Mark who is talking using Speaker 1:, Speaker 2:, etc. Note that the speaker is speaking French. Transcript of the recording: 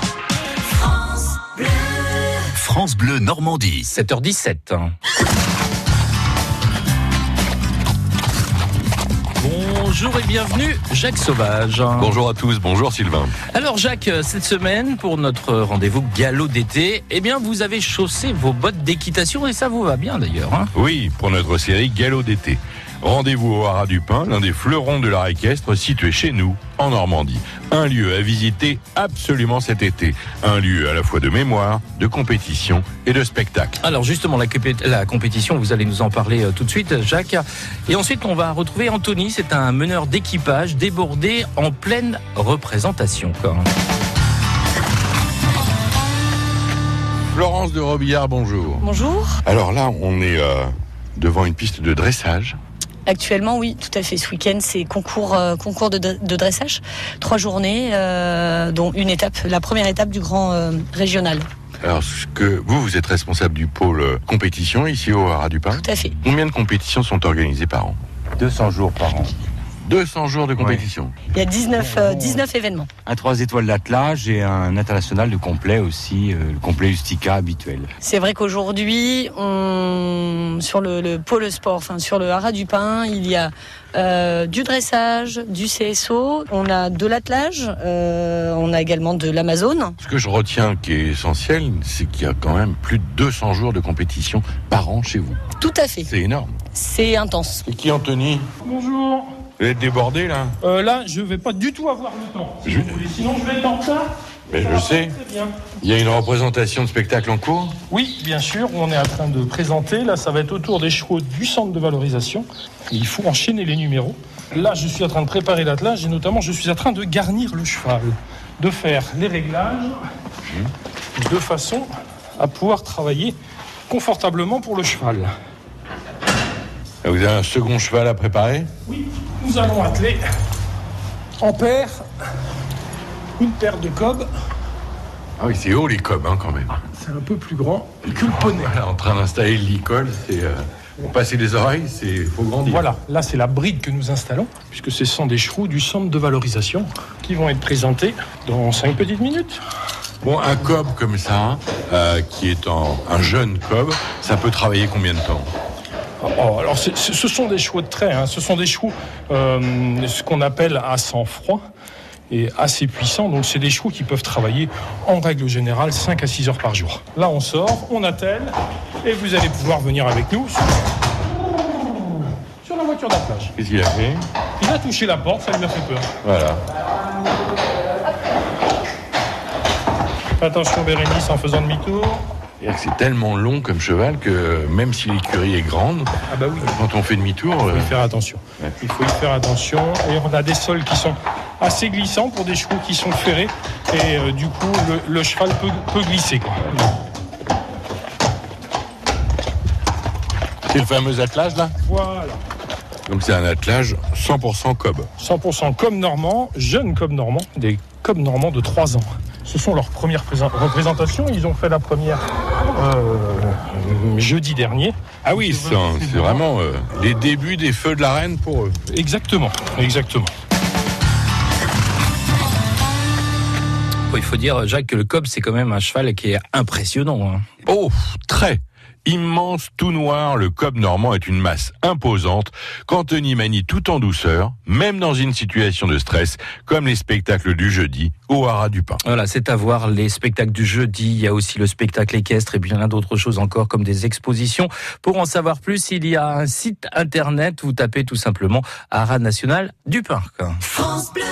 Speaker 1: France Bleu.
Speaker 2: France Bleu Normandie.
Speaker 3: 7h17. Bonjour et bienvenue, Jacques Sauvage.
Speaker 4: Bonjour à tous, bonjour Sylvain.
Speaker 3: Alors Jacques, cette semaine, pour notre rendez-vous galop d'été, eh bien vous avez chaussé vos bottes d'équitation et ça vous va bien d'ailleurs. hein.
Speaker 4: Oui, pour notre série Galop d'été. Rendez-vous au Haras du Pin, l'un des fleurons de l'art équestre situé chez nous, en Normandie. Un lieu à visiter absolument cet été. Un lieu à la fois de mémoire, de compétition et de spectacle.
Speaker 3: Alors justement, la, compé- la compétition, vous allez nous en parler euh, tout de suite, Jacques. Et ensuite, on va retrouver Anthony, c'est un meneur d'équipage débordé en pleine représentation. quoi.
Speaker 4: Florence de Robillard, bonjour.
Speaker 5: Bonjour.
Speaker 4: Alors là, on est euh, devant une piste de dressage.
Speaker 5: Actuellement, oui, tout à fait. Ce week-end, c'est concours, euh, concours de, dre- de dressage. Trois journées, euh, dont une étape, la première étape du grand euh, régional.
Speaker 4: Alors, ce que vous, vous êtes responsable du pôle euh, compétition ici au Haras du Pin.
Speaker 5: Tout à fait.
Speaker 4: Combien de compétitions sont organisées par an
Speaker 6: 200 jours par an.
Speaker 4: 200 jours de compétition.
Speaker 5: Il y a 19, euh, 19 événements.
Speaker 6: Un 3 étoiles d'attelage et un international de complet aussi, euh, le complet Ustica habituel.
Speaker 5: C'est vrai qu'aujourd'hui, on, sur le, le pôle sport, enfin sur le haras du pain, il y a euh, du dressage, du CSO, on a de l'attelage, euh, on a également de l'Amazone.
Speaker 4: Ce que je retiens qui est essentiel, c'est qu'il y a quand même plus de 200 jours de compétition par an chez vous.
Speaker 5: Tout à fait.
Speaker 4: C'est énorme.
Speaker 5: C'est intense.
Speaker 4: Et qui, Anthony
Speaker 7: Bonjour.
Speaker 4: Vous êtes débordé là
Speaker 7: Euh, là, je vais pas du tout avoir le temps. si
Speaker 4: Je-
Speaker 7: vous voulez. Sinon, je vais être en retard.
Speaker 4: Mais
Speaker 7: Ça
Speaker 4: je
Speaker 7: va
Speaker 4: sais.
Speaker 7: pas très bien.
Speaker 4: Il y a une représentation de spectacle en cours
Speaker 7: Oui, bien sûr, on est en train de présenter. Là, ça va être autour des chevaux du centre de valorisation. Et il faut enchaîner les numéros. Là, je suis en train de préparer l'attelage et notamment, je suis en train de garnir le cheval, de faire les réglages de façon à pouvoir travailler confortablement pour le cheval.
Speaker 4: Vous avez un second cheval à préparer
Speaker 7: Oui, nous allons atteler en paire une paire de cobs.
Speaker 4: Ah oui, c'est haut les coms hein, quand même.
Speaker 7: C'est un peu plus grand que le poney.
Speaker 4: Voilà, en train d'installer le licol, c'est... euh, Pour passer les oreilles, c'est faut grandir.
Speaker 7: Voilà, là c'est la bride que nous installons, puisque ce sont des chevaux du centre de valorisation qui vont être présentés dans 5 petites minutes.
Speaker 4: Bon, un cob comme ça, hein, euh, qui est en, un jeune cob, ça peut travailler combien de temps
Speaker 7: Oh, alors c'est- ce ce sont des chevaux de trait, hein. ce sont des chevaux, euh, ce qu'on appelle à sang froid et assez puissants, donc c'est des chevaux qui peuvent travailler en règle générale 5 à 6 heures par jour. Là on sort, on attelle, et vous allez pouvoir venir avec nous sur, sur la voiture d'attelage.
Speaker 4: Qu'est-ce qu'il a fait
Speaker 7: Il a touché la porte, ça lui a fait peur.
Speaker 4: Voilà.
Speaker 7: Attention Bérénice en faisant demi-tour.
Speaker 4: C'est-à-dire que C'est tellement long comme cheval que même si l'écurie est grande,
Speaker 7: Ah bah oui.
Speaker 4: quand on fait demi-tour,
Speaker 7: Il
Speaker 4: euh,
Speaker 7: faut y faire attention.
Speaker 4: Ouais.
Speaker 7: Il faut y faire attention. Et on a des sols qui sont assez glissants pour des chevaux qui sont ferrés. Et euh, du coup, le, le cheval peut, peut glisser. quoi.
Speaker 4: c'est le fameux attelage là.
Speaker 7: Voilà.
Speaker 4: Donc c'est un attelage 100% cob.
Speaker 7: 100% comme normand, jeunes comme normand, des comme normands de 3 ans. Ce sont leurs premières présent- représentations. Ils ont fait la première euh, jeudi dernier.
Speaker 4: Ah oui, c'est un- c'est vraiment euh, les débuts des feux de la reine pour eux.
Speaker 7: Exactement, exactement.
Speaker 3: Bon, Oh, Il faut dire, Jacques, que le cob, c'est quand même un cheval qui est impressionnant. hein.
Speaker 4: Oh, très immense, tout noir, le cob normand est une masse imposante qu'Anthony manie tout en douceur, même dans une situation de stress, comme les spectacles du jeudi au Haras du Pin.
Speaker 3: Voilà, c'est à voir les spectacles du jeudi, il y a aussi le spectacle équestre et bien d'autres choses encore comme des expositions. Pour en savoir plus, il y a un site internet, vous tapez tout simplement Ara National du Parc.
Speaker 1: France Bleu.